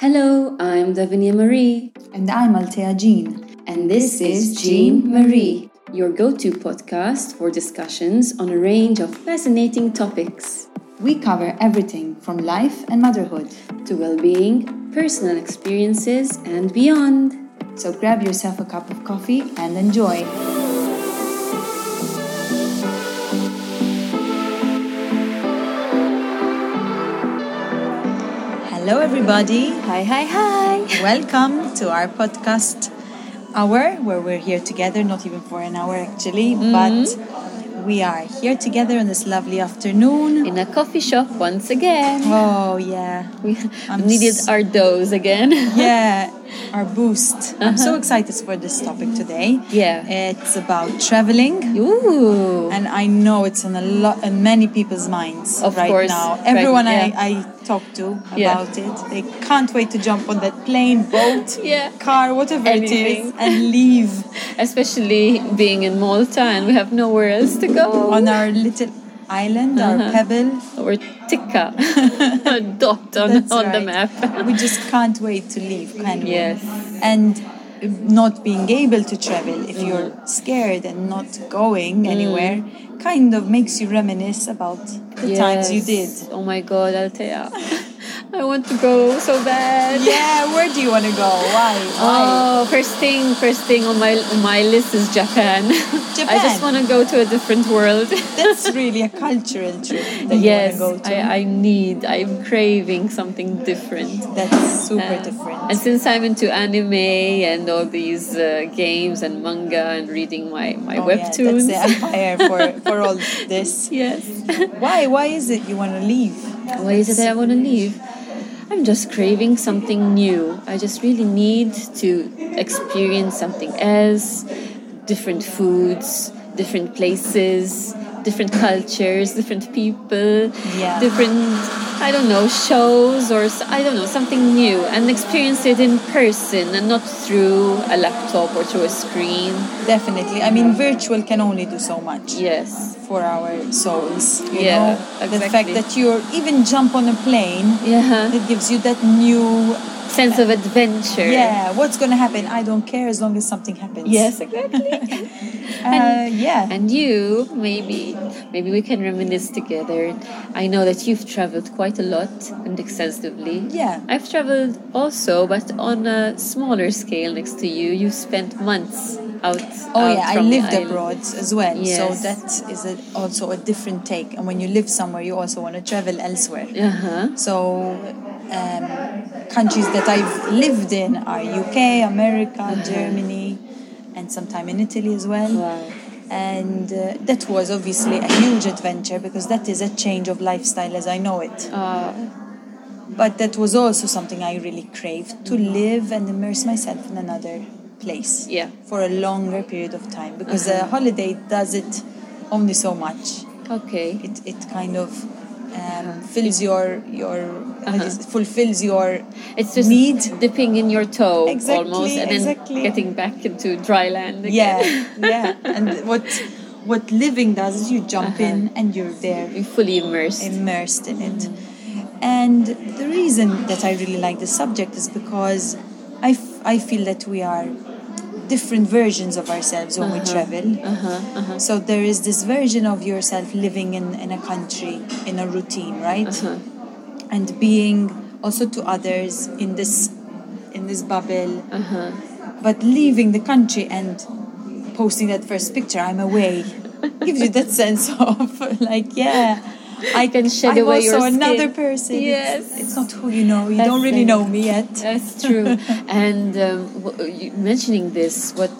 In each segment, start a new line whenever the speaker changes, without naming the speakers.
Hello, I'm Davinia Marie,
And I'm Altea Jean.
and this is Jean Marie, your go to podcast for discussions on a range of fascinating topics
We cover everything from life and motherhood.
to well being, personal experiences, and beyond.
So grab yourself a cup of coffee and enjoy. Hello, everybody.
Hi, hi, hi!
Welcome to our podcast hour where we're here together, not even for an hour actually, but we are here together on this lovely afternoon.
In a coffee shop once again.
Oh, yeah.
We
I'm
needed
s-
our dose again.
yeah, our boost. I'm so excited for this topic today.
Uh-huh. Yeah.
It's about traveling.
Ooh!
And I know it's on a lot in many people's minds
Of
right
course,
now.
right,
Everyone
yeah.
I, I talk to about
Yeah.
it. They can't wait to jump on that plane, boat,
Yeah.
car, whatever it
Anything.
is, and leave
Especially being in Malta and we have nowhere else to go.
on our little island,
Uh-huh.
our pebble.
or Tikka, a dot on,
That's
on the
right.
map.
we just can't wait to leave, can we?
Yes.
And not being able to travel
Mm.
if you're scared and not going anywhere kind of makes you reminisce about the times you did.
Yes. Oh my god, Altea. I want to go so bad.
Yeah, where do you want to go? Why? Why?
Oh, first thing, first thing on my on my list is Japan. I
Japan.
just want to go to a different world.
That's really a cultural trip that
yes,
you want to go to.
I, I need. I'm craving something different.
That's super
Uh,
different. Oh,
And since I'm into anime and all these uh, games and manga and reading my my
Oh,
webtoons.
Yeah, that's the empire for, for all this.
yes.
Why? Why is it you want to leave?
Why is it that I want to leave? I'm just craving something new. I just really need to experience something else, different foods, different places, different cultures, different people,
Yeah.
different I don't know shows or s- I don't know something new and experience it in person and not through a laptop or through a screen.
Definitely. I mean, virtual can only do so much.
Yes.
for our souls. You
Yeah,
know, the
exactly.
fact that you're even jump on a plane,
Yeah.
it gives you that new.
Uh-huh. Sense of adventure.
Yeah, what's gonna happen? I don't care as long as something happens.
Yes, exactly.
Uh, yeah.
And you, maybe, maybe we can reminisce together. I know that you've traveled quite a lot and extensively.
Yeah.
I've traveled also, but on a smaller scale next to you. You've spent months out.
Oh
out
yeah, I
from the
lived
island.
abroad as well,
Yes.
so that is a, also a different take. And when you live somewhere, you also want to travel elsewhere.
Uh-huh.
So, um, countries that I've lived in are UK, America,
Mm-hmm.
Germany, and sometime in Italy as well.
Wow.
And uh, that was obviously a huge adventure because that is a change of lifestyle as I know it.
Uh,
But that was also something I really craved to live and immerse myself in another place
Mm-hmm. Yeah. Mm-hmm.
for a longer period of time because a holiday does it only so much
okay.
it, it kind of um, fills your your how do you say- fulfills your
Uh-huh. It's just
need
dipping in your toe
Exactly,
almost, and then
exactly.
getting back into dry land
yeah
again.
yeah and what what living does is you jump
Uh-huh.
in and you're there
You're fully immersed.
immersed in it and the reason that i really like the subject is because i, f- I feel that we are different versions of ourselves when we travel
uh-huh. uh-huh.
So there is this version of yourself living in, in a country, in a routine, right?
Uh-huh.
And being also to others in this in this bubble.
Uh-huh.
But leaving the country and posting that first picture, I'm away, gives you that sense of like, yeah. I
can shed
I'm
away
also
your
another
skin.
person. It's-
Yes.
It's, not who you know. You
That's
don't really
it.
know me yet.
That's true. and um, w- you- mentioning this, what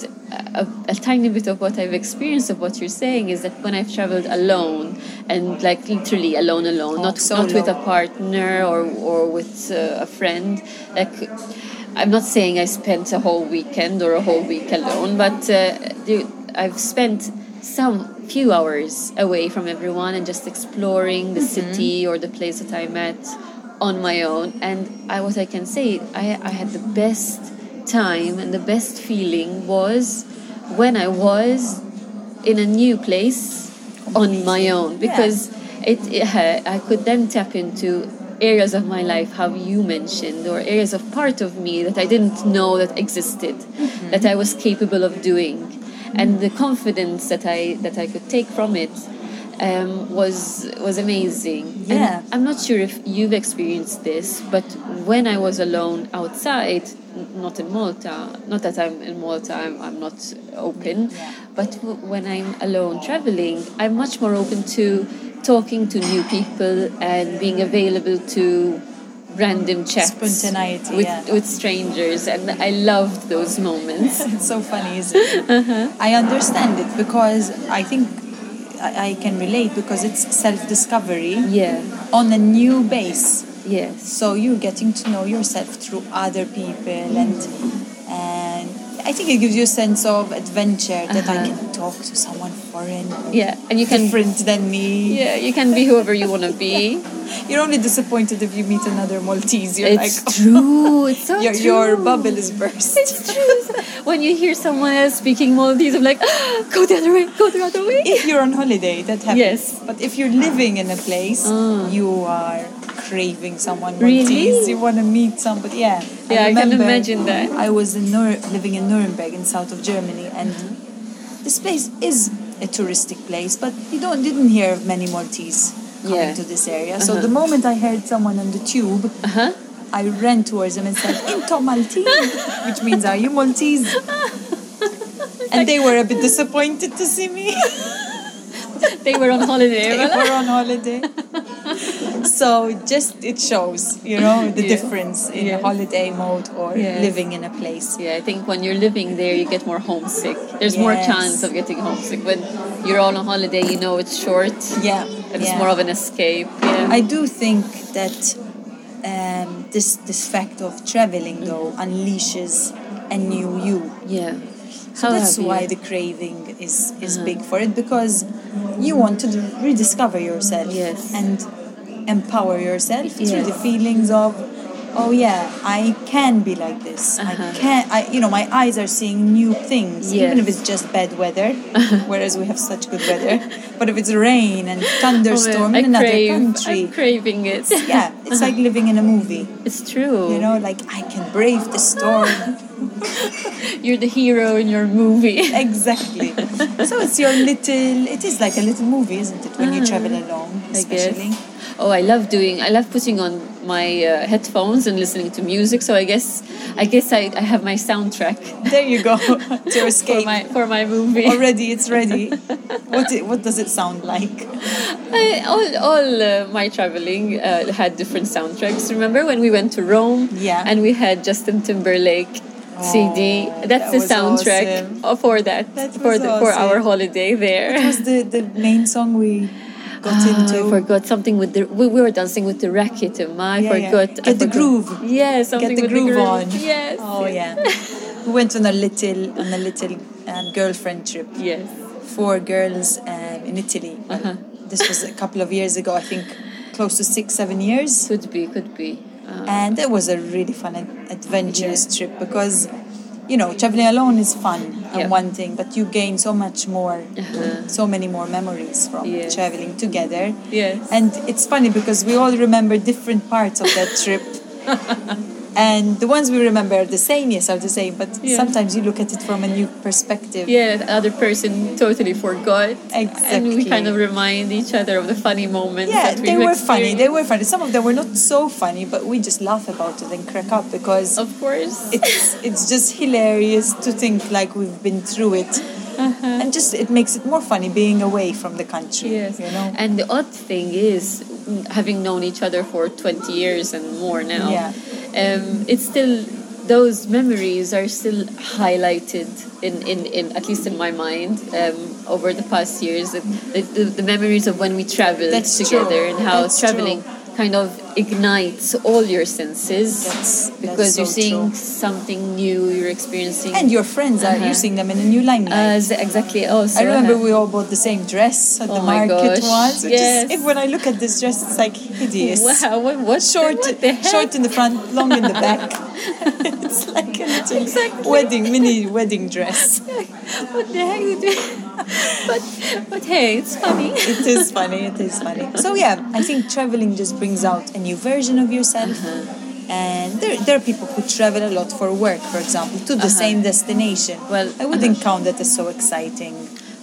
a, a tiny bit of what I've experienced of what you're saying is that when I've traveled alone and like literally alone, alone, not
solo.
not with a partner or or with uh, a friend, like. I'm not saying I spent a whole weekend or a whole week alone, but uh, the- I've spent some few hours away from everyone and just exploring the city or the place that I'm at on my own and I what I can say I, I had the best time and the best feeling was when I was in a new place on my own because it, it ha- I could then tap into areas of my life, how you mentioned, or areas of part of me that I didn't know that existed, mm-hmm. that I was capable of doing, and the confidence that I that I could take from it um, was was amazing.
Yeah,
and I'm not sure if you've experienced this, but when I was alone outside, n- not in Malta, not that I'm in Malta, I'm, I'm not open, yeah. but w- when I'm alone traveling, I'm much more open to talking to new people and being available to random chats
spontaneity
with,
yeah.
with strangers and i loved those moments
it's so funny isn't it uh-huh. i understand it because i think I, I can relate because it's self-discovery
yeah
on a new base
yes
so you're getting to know yourself through other people and
Mm-hmm.
and I think it gives you a sense of adventure that uh-huh. I can talk to someone foreign.
Yeah, and you can
different than me.
Yeah, you can be whoever you want to be.
you're only disappointed if you meet another Maltese. You're
it's
like,
true. It's so
your,
true.
Your bubble is burst.
It's true. when you hear someone else speaking Maltese, I'm like, ah, go the other way. Go the other way.
If you're on holiday, that happens.
Yes.
But if you're living in a place,
uh.
you are craving someone
really?
Maltese. You want to meet somebody. Yeah.
Yeah, I, I can imagine that.
I was in Nur- living in Nuremberg in south of Germany, and mm-hmm. this place is a touristic place, but you don't didn't hear of many Maltese coming
Yeah.
to this area.
Uh-huh.
So the moment I heard someone on the tube,
Uh-huh.
I ran towards them and said, "Into Maltese," which means, "Are you Maltese?" and they were a bit disappointed to see me.
they were on holiday.
they were on holiday. so just it shows, you know, the
Yeah.
difference in
Yes.
holiday mode or
Yes.
living in a place.
Yeah, I think when you're living there, you get more homesick. There's more
Yes.
chance of getting homesick. When you're on a holiday, you know it's short.
Yeah,
And
yeah.
it's more of an escape. Yeah.
I do think that um, this this fact of traveling though unleashes a new you.
yeah.
So
How
that's
have you-
why the craving is is
Uh-huh.
big for it because you want to rediscover yourself
Yes.
and empower yourself through the
Yes.
feelings of oh yeah I can be like this
Uh-huh.
I can I you know my eyes are seeing new things even if
Yes.
it's just bad weather whereas we have such good weather but if it's rain and thunderstorm
Oh, I Uh-huh.
in another
crave,
country
I'm craving it.
yeah it's like living in a movie
It's true.
you know like I can brave the storm
you're the hero in your movie.
exactly. so it's your little. It is like a little movie, isn't it? When you travel alone,
Mm-hmm. I
especially.
guess. Oh, I love doing. I love putting on my uh, headphones and listening to music. So I guess, I guess I, I have my soundtrack
There you go to
for
escape.
my for my movie.
Already, it's ready. what it, What does it sound like?
I, all all uh, my traveling uh, had different soundtracks. Remember when we went to Rome?
Yeah.
And we had Justin Timberlake CD.
Oh,
That's
that
the
was
soundtrack
awesome.
uh, for that,
That
for
was
the, for our
awesome.
holiday there.
What was the the main song we got
Ah,
into?
I forgot something with the we, we were dancing with the racket. Emma. I
Yeah, yeah.
forgot. I
Get the
forgot.
groove.
Yeah, something
Get the
with
groove,
the groove
on.
Yes.
Oh yeah. we went on a little on a little um, girlfriend trip.
Yes.
four girls um, in Italy. Well,
Uh-huh.
This was a couple of years ago, I think, close to six, seven years.
Could be. Could be. Uh,
And it was a really fun, ad- adventurous trip because, you know, traveling alone is fun and
Yeah. Uh-huh.
one thing, but you gain so much more, so many more memories from
Yes.
traveling together.
Yes.
And it's funny because we all remember different parts of that trip. And the ones we remember are the same, yes, are the same, but
Yeah.
sometimes you look at it from a new perspective.
yeah, the other person totally forgot. And we
Exactly.
kind of remind each other of the funny moments.
Yeah,
that we
they were funny. They were funny. Some of them were not so funny, but we just laugh about it and crack up because
Of course.
it's it's just hilarious to think like we've been through it,
Uh-huh.
and just it makes it more funny being away from the country.
Yes.
you know.
And the odd thing is, mm, having known each other for 20 years and more now,
Yeah.
um, it's still, those memories are still highlighted in, in, in at least in my mind, um, over the past years. The, the, the memories of when we traveled
That's
together
true.
and how
That's
traveling kind of ignites all your senses.
That's- that's
because
so
you're seeing
true.
something new, you're experiencing.
and your friends are
Uh-huh. Uh,
using them in a new limelight.
as exactly also.
I remember
uh-huh.
we all bought the same dress at
Oh
the
my
market
gosh,
once. Which
yes.
is, if when I look at this dress, it's like hideous.
Wow, what, what
Short,
what the heck?
short in the front, long in the back. it's like a little
Exactly.
wedding mini wedding dress.
what the heck did we? but but hey, it's funny.
It is funny. It is funny. So yeah, I think traveling just brings out a new version of yourself.
Uh-huh.
And there, there are people who travel a lot for work, for example, to the same destination.
Uh-huh. Well,
I wouldn't count that as so exciting.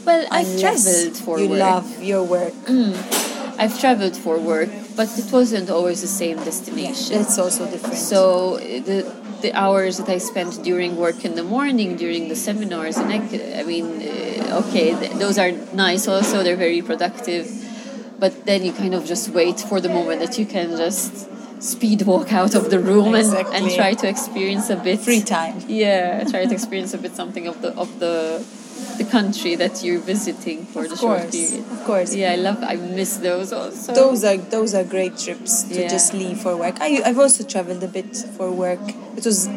Well, I've
unless
traveled for
you
work.
love your work.
I've traveled for work, but it wasn't always the same destination.
That's also different.
So uh, the the hours that I spent during work in the morning, during the seminars, and I, c- I mean, uh, okay, th- those are nice. Also, they're very productive, but then you kind of just wait for the moment that you can just speed walk out of the room and, and
Exactly.
try to experience a bit
free time.
Yeah, try to experience a bit something of the of the the country that you're visiting for the
Of
short
course,
period.
of course.
Yeah, I love. I miss those also.
Those are those are great trips to
Yeah.
just leave for work. I I've also traveled a bit for work. It was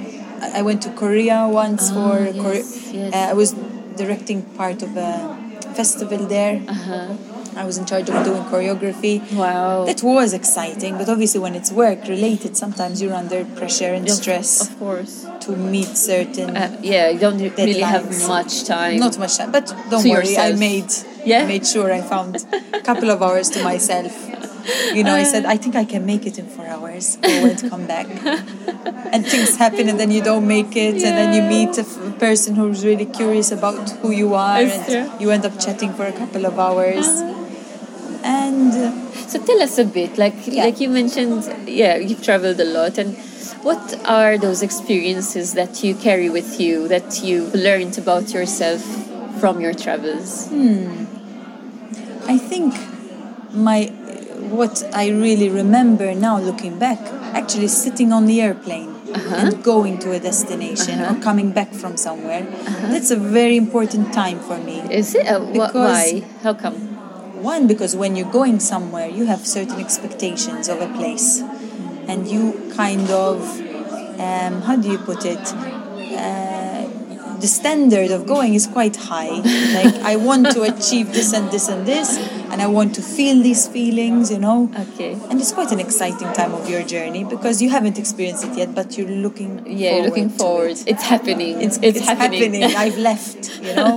I I went to Korea once for Kore-
Ah, yes, yes.
Uh, I was directing part of a festival there.
Uh-huh.
I was in charge of doing choreography.
Wow.
That was exciting, but obviously when it's work related, sometimes you're under pressure and
Yes,
stress
Of course.
to meet certain
Uh, yeah, you don't really have
Deadlines.
much time.
not much time, but don't
To
worry. I
yourself.
made
Yeah?
I made sure I found a couple of hours to myself. You know, I said
Uh.
I think I can make it in four hours. I won't come back, and things happen, and then you don't make it, and then you
Yeah.
meet a f- person who's really curious about who you are,
It's
and
true.
you end up chatting for a couple of hours,
Uh-huh.
and. uh,
so tell us a bit, like
Yeah.
like you mentioned, yeah, you've traveled a lot, and what are those experiences that you carry with you that you've learned about yourself from your travels?
I think my what I really remember now looking back actually sitting on the airplane and going to a destination or coming back from somewhere that's a very important time for me
Is it uh, wh-
Because-
why? How come?
one because when you're going somewhere you have certain expectations of a place and you kind of um, how do you put it uh, the standard of going is quite high like i want to achieve this and this and this and i want to feel these feelings you know
Okay.
and it's quite an exciting time of your journey because you haven't experienced it yet but you're looking
Yeah, you're looking
to
forward. It's happening. It's it's, happening.
I've left, you know.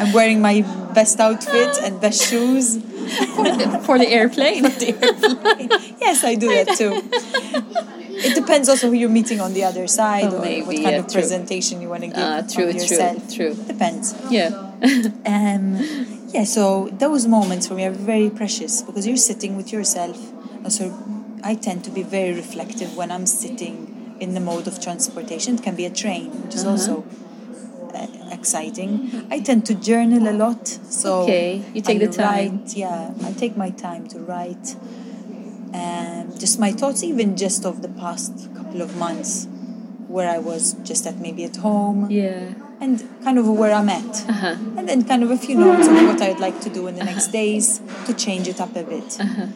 I'm wearing my best outfit and best shoes.
for the airplane.
yes, I do that too. It depends also who you're meeting on the other side
Oh,
or
maybe,
what kind
yeah,
of
true.
presentation you want to give
Ah,
of
true, true,
yourself.
true.
Depends.
Yeah.
Um, yeah, so those moments for me are very precious because you're sitting with yourself. Also, I tend to be very reflective when I'm sitting in the mode of transportation. It can be a train, which
Uh-huh.
is also uh, exciting. I tend to journal a lot, so
Okay, you take
I
the time.
Write, yeah, I take my time to write um, just my thoughts, even just of the past couple of months, where I was just at maybe at home
Yeah.
and kind of where I'm at.
Uh-huh.
And then kind of a few notes of what I'd like to do in the next days to change it up a bit.
Uh-huh.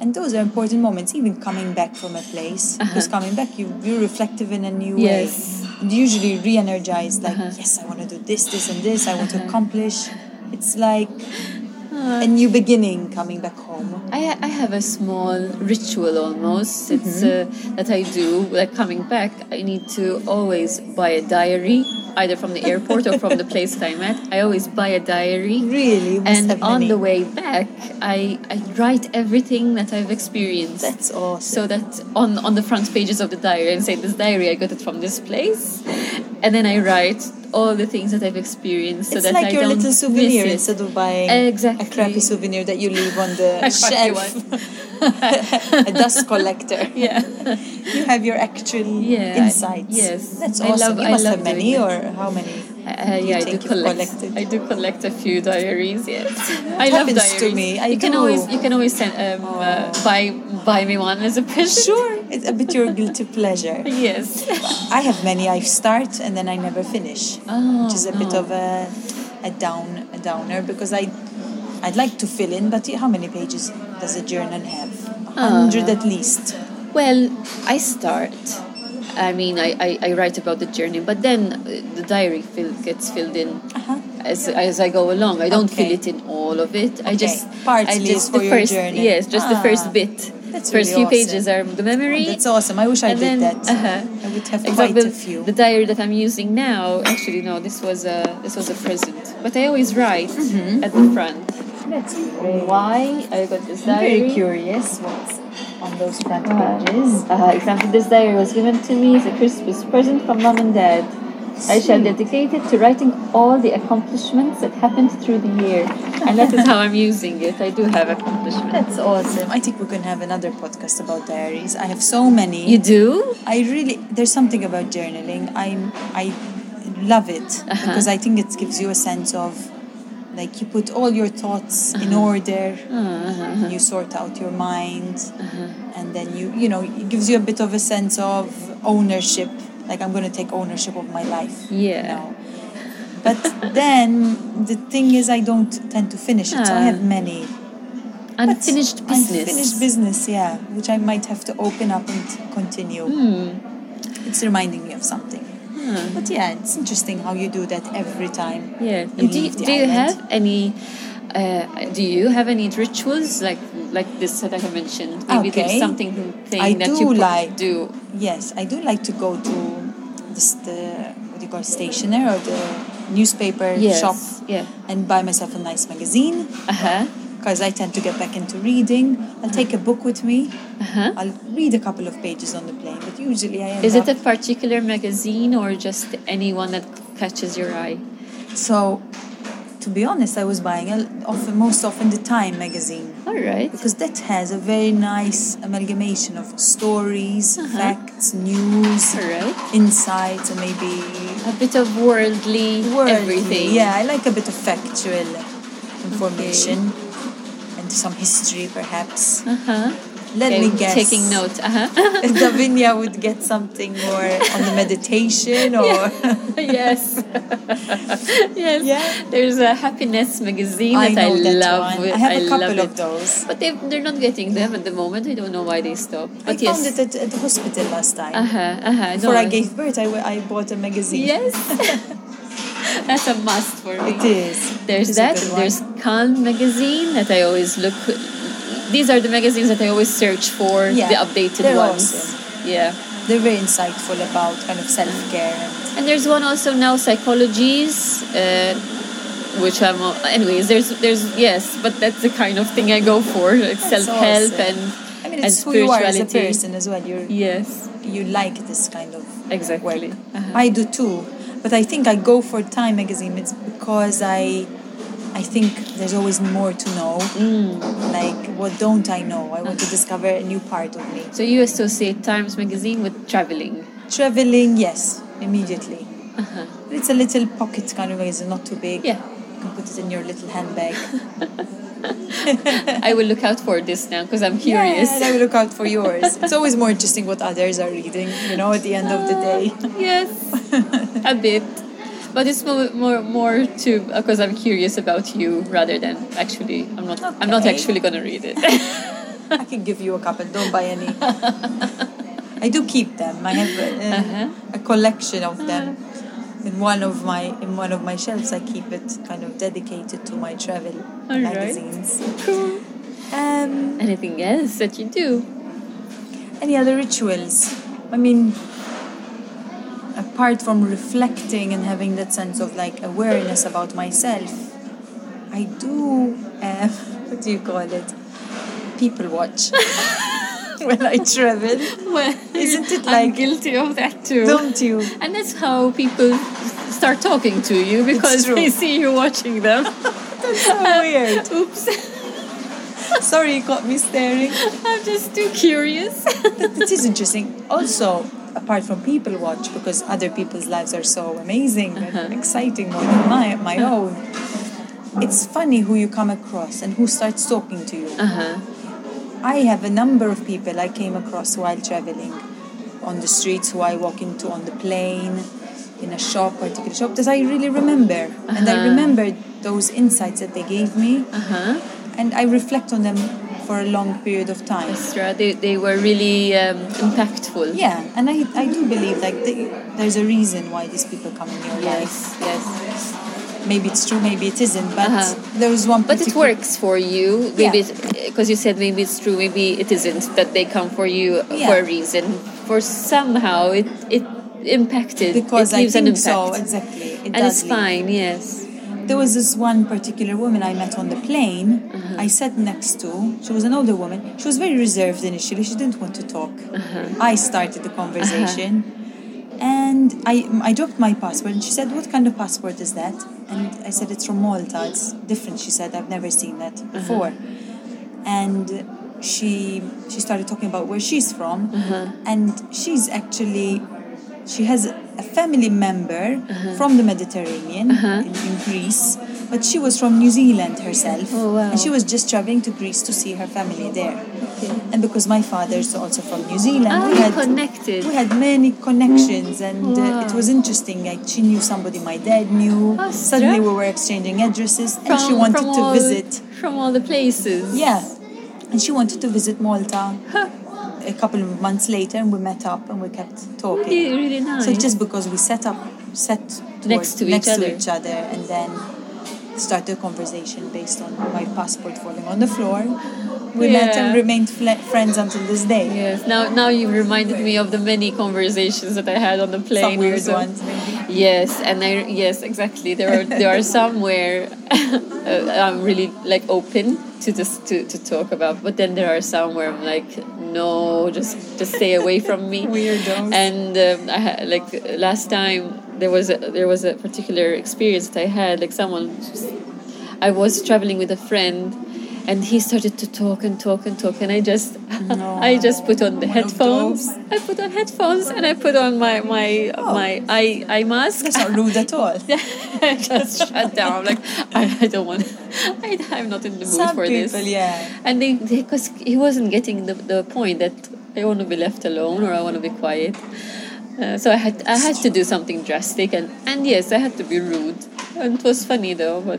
And those are important moments, even coming back from a place. Because coming back, you, you're reflective in a new
Uh-huh. Yes. Uh-huh.
way. And usually re energized, like, yes, I want to do this, this, and this, I want to accomplish. It's like
Uh-huh.
a new beginning coming back home.
I, I have a small ritual almost. It's uh,
Mm-hmm.
that I do like coming back. I need to always buy a diary, either from the airport or from the place that I'm at. I always buy a diary.
Really? You must
And
have
on
many.
the way back, I I write everything that I've experienced.
That's awesome.
so that on on the front pages of the diary and say this diary I got it from this place, and then I write all the things that I've experienced so
it's
that
like
I
your
don't
little
miss
souvenir
it.
instead of buying
Exactly.
a crappy souvenir that you leave on the
I find you
shelf.
one.
a dust collector.
yeah.
You have your actual
Yeah, I-
insights.
yes.
That's
I
awesome.
love-
you
I
must
love
have many,
doing
or how many?
Uh, yeah, I do
think you've
collect.
collected?
I do collect a few diaries. Yes, I love
happens to
diaries.
me, I
you can
do.
always you can always send um, uh, buy buy me one as a present.
Sure, it's a bit your guilty pleasure.
Yes.
I have many. I start and then I never finish,
Oh,
which is a bit
no.
of a a down a downer because I I'd like to fill in, but how many pages does a journal have? A hundred at least.
Uh, Well, I start. I mean, I, I, I write about the journey, but then uh, the diary fill, gets filled in
Uh-huh.
as, as I go along. I don't
Okay.
fill it in all of it. I just
Parts
I
lives
just
for
the
your
first
journey.
yes, just the
Ah.
first bit.
That's
First
really
few
awesome.
pages are the memory.
That's awesome. I wish I
and
did
then-
that.
uh-huh.
I would have
Except
quite a
the,
few.
the diary that I'm using now. Actually, no, this was a this was a present. But I always write
Mm-hmm.
at the front.
That's great.
Why I got this
I'm
diary?
very curious what's on those front
Uh,
pages.
Uh, example, this diary was given to me as a Christmas present from mom and dad. I shall
Sweet.
dedicate it to writing all the accomplishments that happened through the year. And that is how I'm using it. I do have accomplishments.
That's awesome. I think we can have another podcast about diaries. I have so many.
You do?
I really there's something about journaling. I'm I love it because I think it gives you a sense of like you put all your thoughts in order, and you sort out your mind, and then you you know it gives you a bit of a sense of ownership. Like I'm going to take ownership of my life.
Yeah.
Now. But then the thing is, I don't tend to finish it, so I have many but
Unfinished business.
Unfinished business, yeah, which I might have to open up and continue.
Hmm.
It's reminding me of something. But yeah, it's interesting how you do that every time.
Yeah.
you
And do you,
leave the
do you
island.
have any? Uh, do you have any rituals like like this that I mentioned? Maybe there's
Okay.
something thing
I
that
do
you pro-
like-
do.
Yes, I do like to go to this, the what do you call it, stationer or the newspaper
Yes.
shop
Yeah.
and buy myself a nice magazine
Uh
Uh-huh.
huh.
because I tend to get back into reading. I'll take a book with me.
Uh huh.
I'll read a couple of pages on the plane, but usually I end
Is
up
it a particular magazine or just anyone that catches your eye?
So, to be honest, I was buying a, often, most often the Time magazine
All right.
because that has a very nice amalgamation of stories,
Uh-huh.
facts, news,
All right.
insights, and maybe
A bit of worldly,
worldly.
everything.
Yeah, I like a bit of factual information and some history, perhaps.
Uh huh.
Let
Okay,
me guess.
Taking note. Uh huh.
Davinia would get something more on the meditation or.
yes. yes.
Yeah.
There's a happiness magazine
I
that I
know that
love.
one.
with-
I have a
love
couple of
it.
those.
But they, they're not getting them at the moment. I don't know why they stopped. But
I
yes.
found it at, at the hospital last time.
uh huh. Uh huh.
Before I gave birth, I, I bought a magazine.
Yes. That's a must for me.
It is.
There's
It's a
that.
good one.
There's Calm magazine that I always look. These are the magazines that I always search for.
Yeah,
The updated
they're
ones.
awesome.
Yeah.
They're very insightful about kind of self care. and
And there's one also now, psychologies, uh, which I'm. al- Anyways, there's there's yes, but that's the kind of thing I go for. Like
That's
self help
awesome.
and
I mean,
and
it's who you are as a
spirituality.
person as well. You
Yes.
you like this kind of
Exactly.
work. I do too, but I think I go for Time magazine. It's because I I think there's always more to know.
Mm.
Like what don't I know? I want to discover a new part of me.
So you associate Times Magazine with traveling.
Traveling, yes, immediately. It's a little pocket kind of magazine, not too big.
Uh-huh. Yeah.
You can put it in your little handbag.
I will look out for this now because I'm curious.
Yeah, and I will look out for yours. It's always more interesting what others are reading, you know, at the end of the day.
yes, a bit. But it's more more, more to because I'm curious about you rather than actually I'm not I'm not
Okay.
actually gonna read it.
I can give you a couple, don't buy any. I do keep them. I have a,
Uh-huh.
a collection of them. In one of my in one of my shelves, I keep it kind of dedicated to my travel
All right.
magazines.
cool.
Um,
Anything else that you do?
any other rituals? I mean, apart from reflecting and having that sense of like awareness about myself, I do, uh, what do you call it? People watch when I travel,
Well,
Isn't it
I'm
like-
guilty of that too?
don't you?
And that's how people start talking to you because
true.
they see you watching them.
So weird.
Oops,
Sorry, you caught me staring.
I'm just too curious.
It is interesting. Also, apart from people watch, because other people's lives are so amazing and
Uh-huh.
exciting more than my, my own, it's funny who you come across and who starts talking to you.
Uh-huh.
I have a number of people I came across while traveling on the streets, who I walk into on the plane, in a shop, particular shop, that I really remember. And I remember those insights that they gave me,
Uh-huh.
and I reflect on them for a long period of time.
Extra, they, they were really um, impactful.
Yeah, and I, I do believe like the, there's a reason why these people come in your
Yes, yes.
life. maybe it's true, maybe it isn't. But
Uh-huh.
there was one.
But it
particular-
works for you, maybe because you said maybe it's true, maybe it isn't that they come for you
Yeah.
for a reason. For somehow it it impacted
because
it
I
leaves an
think
impact,
so exactly. It
and
does
it's
leave.
fine. Yes.
There was this one particular woman I met on the plane.
Uh-huh.
I sat next to. She was an older woman. She was very reserved initially. She didn't want to talk.
Uh-huh.
I started the conversation, and I I dropped my passport. And she said, "What kind of passport is that?" And I said, "It's from Malta. It's different." She said, "I've never seen that
Uh-huh.
before." and she she started talking about where she's from
Uh-huh.
and she's actually she has a family member
Uh-huh.
from the mediterranean in, in greece but she was from new zealand herself
Oh, wow.
and she was just traveling to greece to see her family there and because my father's also from new zealand
Ah,
we
you
had
connected.
we had many connections and uh, it
Wow.
was interesting like she knew somebody my dad knew
How
suddenly
strange.
we were exchanging addresses and she wanted
from
to
all-
visit
from all the places.
yeah. And she wanted to visit Malta
Huh.
a couple of months later, and we met up and we kept talking.
Really, really nice.
So just because we set up, set towards-
Next to each
next
other.
to each other, and then started a conversation based on my passport falling on the floor. We met and
Yeah.
remained fl- friends until this day.
Yes. Now, now you've reminded me of the many conversations that I had on the plane.
Some
or
weird
so-
ones, maybe.
Yes, and I yes exactly. There are there are some where uh, I'm really like open to just to, to talk about, but then there are some where I'm like no, just just stay away from me.
Weirdos.
And um, I had like last time there was a, there was a particular experience that I had like someone I was traveling with a friend and he started to talk and talk and talk and I just I just put on the
One of
headphones.
those.
I put on headphones and I put on my my my eye eye mask.
Oh. That's not rude at all.
I just shut down. I'm like I, I don't want I, I'm not in the mood
Some
for
people,
this.
yeah.
And they because he wasn't getting the, the point that I want to be left alone or I want to be quiet. Uh, so I had I had to do something drastic and, and yes I had to be rude and it was funny though but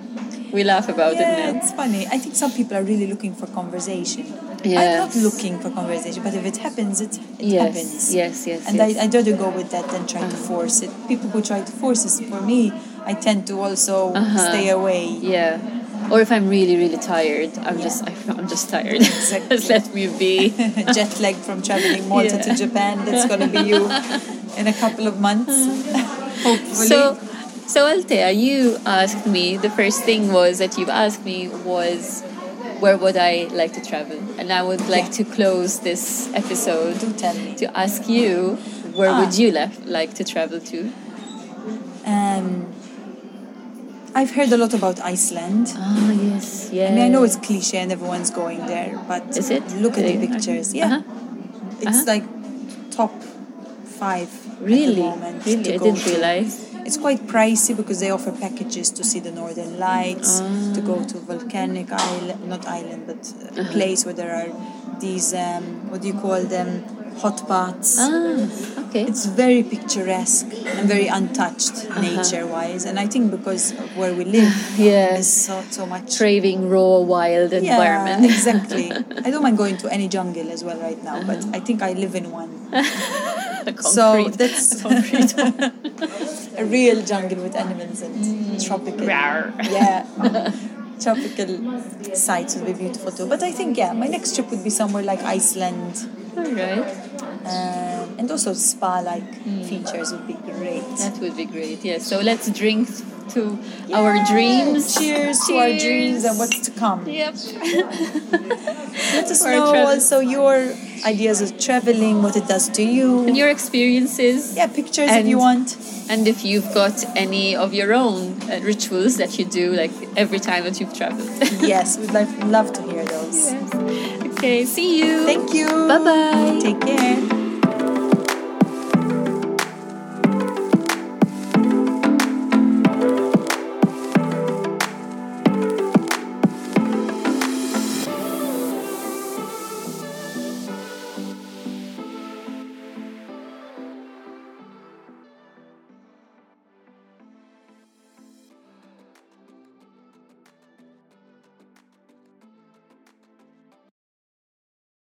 we laugh about it
Yeah,
now.
it's funny. I think some people are really looking for conversation. I'm not
Yes.
looking for conversation, but if it happens, it, it
Yes,
happens.
yes, yes,
And
yes. Uh-huh.
I, I'd rather go with that than try to force it. People who try to force it, for me, I tend to also
Uh-huh.
stay away.
Yeah. Or if I'm really really tired, I'm just I, I'm just tired.
Exactly.
just let me be.
Jet lag from traveling Malta to
Yeah.
Japan, that's going to be you in a couple of months, hopefully.
Uh-huh. So, so Altea, you asked me. The first thing was that you asked me was, where would I like to travel? And I would like to close this episode
Do tell me.
to ask you, where
Ah.
would you la- like to travel to?
um, I've heard a lot about Iceland.
Ah, yes, yeah.
I mean, I know it's cliche and everyone's going there, but
Uh, Is it?
look at the
Uh,
pictures. Yeah,
uh-huh.
it's
Uh-huh.
like top five at the
Really,
moment.
really,
to
I
go
didn't
to.
realize.
It's quite pricey because they offer packages to see the Northern Lights, to go to
Ah.
volcanic island, not island, but
Uh-huh.
a place where there are these um, what do you call them, hot baths.
Ah, okay.
It's very picturesque and very untouched
Uh-huh.
nature-wise, and I think because of where we live,
Yes.
is so so much
Craving raw, wild environment.
yeah, exactly. I don't mind going to any jungle as well right now, but I think I live in one.
A concrete,
So that's
concrete.
a real jungle with animals and tropical.
Mm. Rawr.
Yeah. tropical sites would be beautiful too. But I think, yeah, my next trip would be somewhere like Iceland.
All right.
Um, and also spa like
Mm.
features would be great.
That would be great. Yes. So let's drink to our
Yeah.
dreams.
Cheers, to our dreams and
Cheers.
what's to come.
Yep.
Let us
For our
know
travel.
also your ideas of traveling, what it does to you.
And your experiences.
yeah, pictures if
And-
you want.
And if you've got any of your own uh, rituals that you do, like every time that you've traveled.
yes, we'd love, love to hear those.
yes. Okay. See you.
Thank you.
Bye bye.
Take care.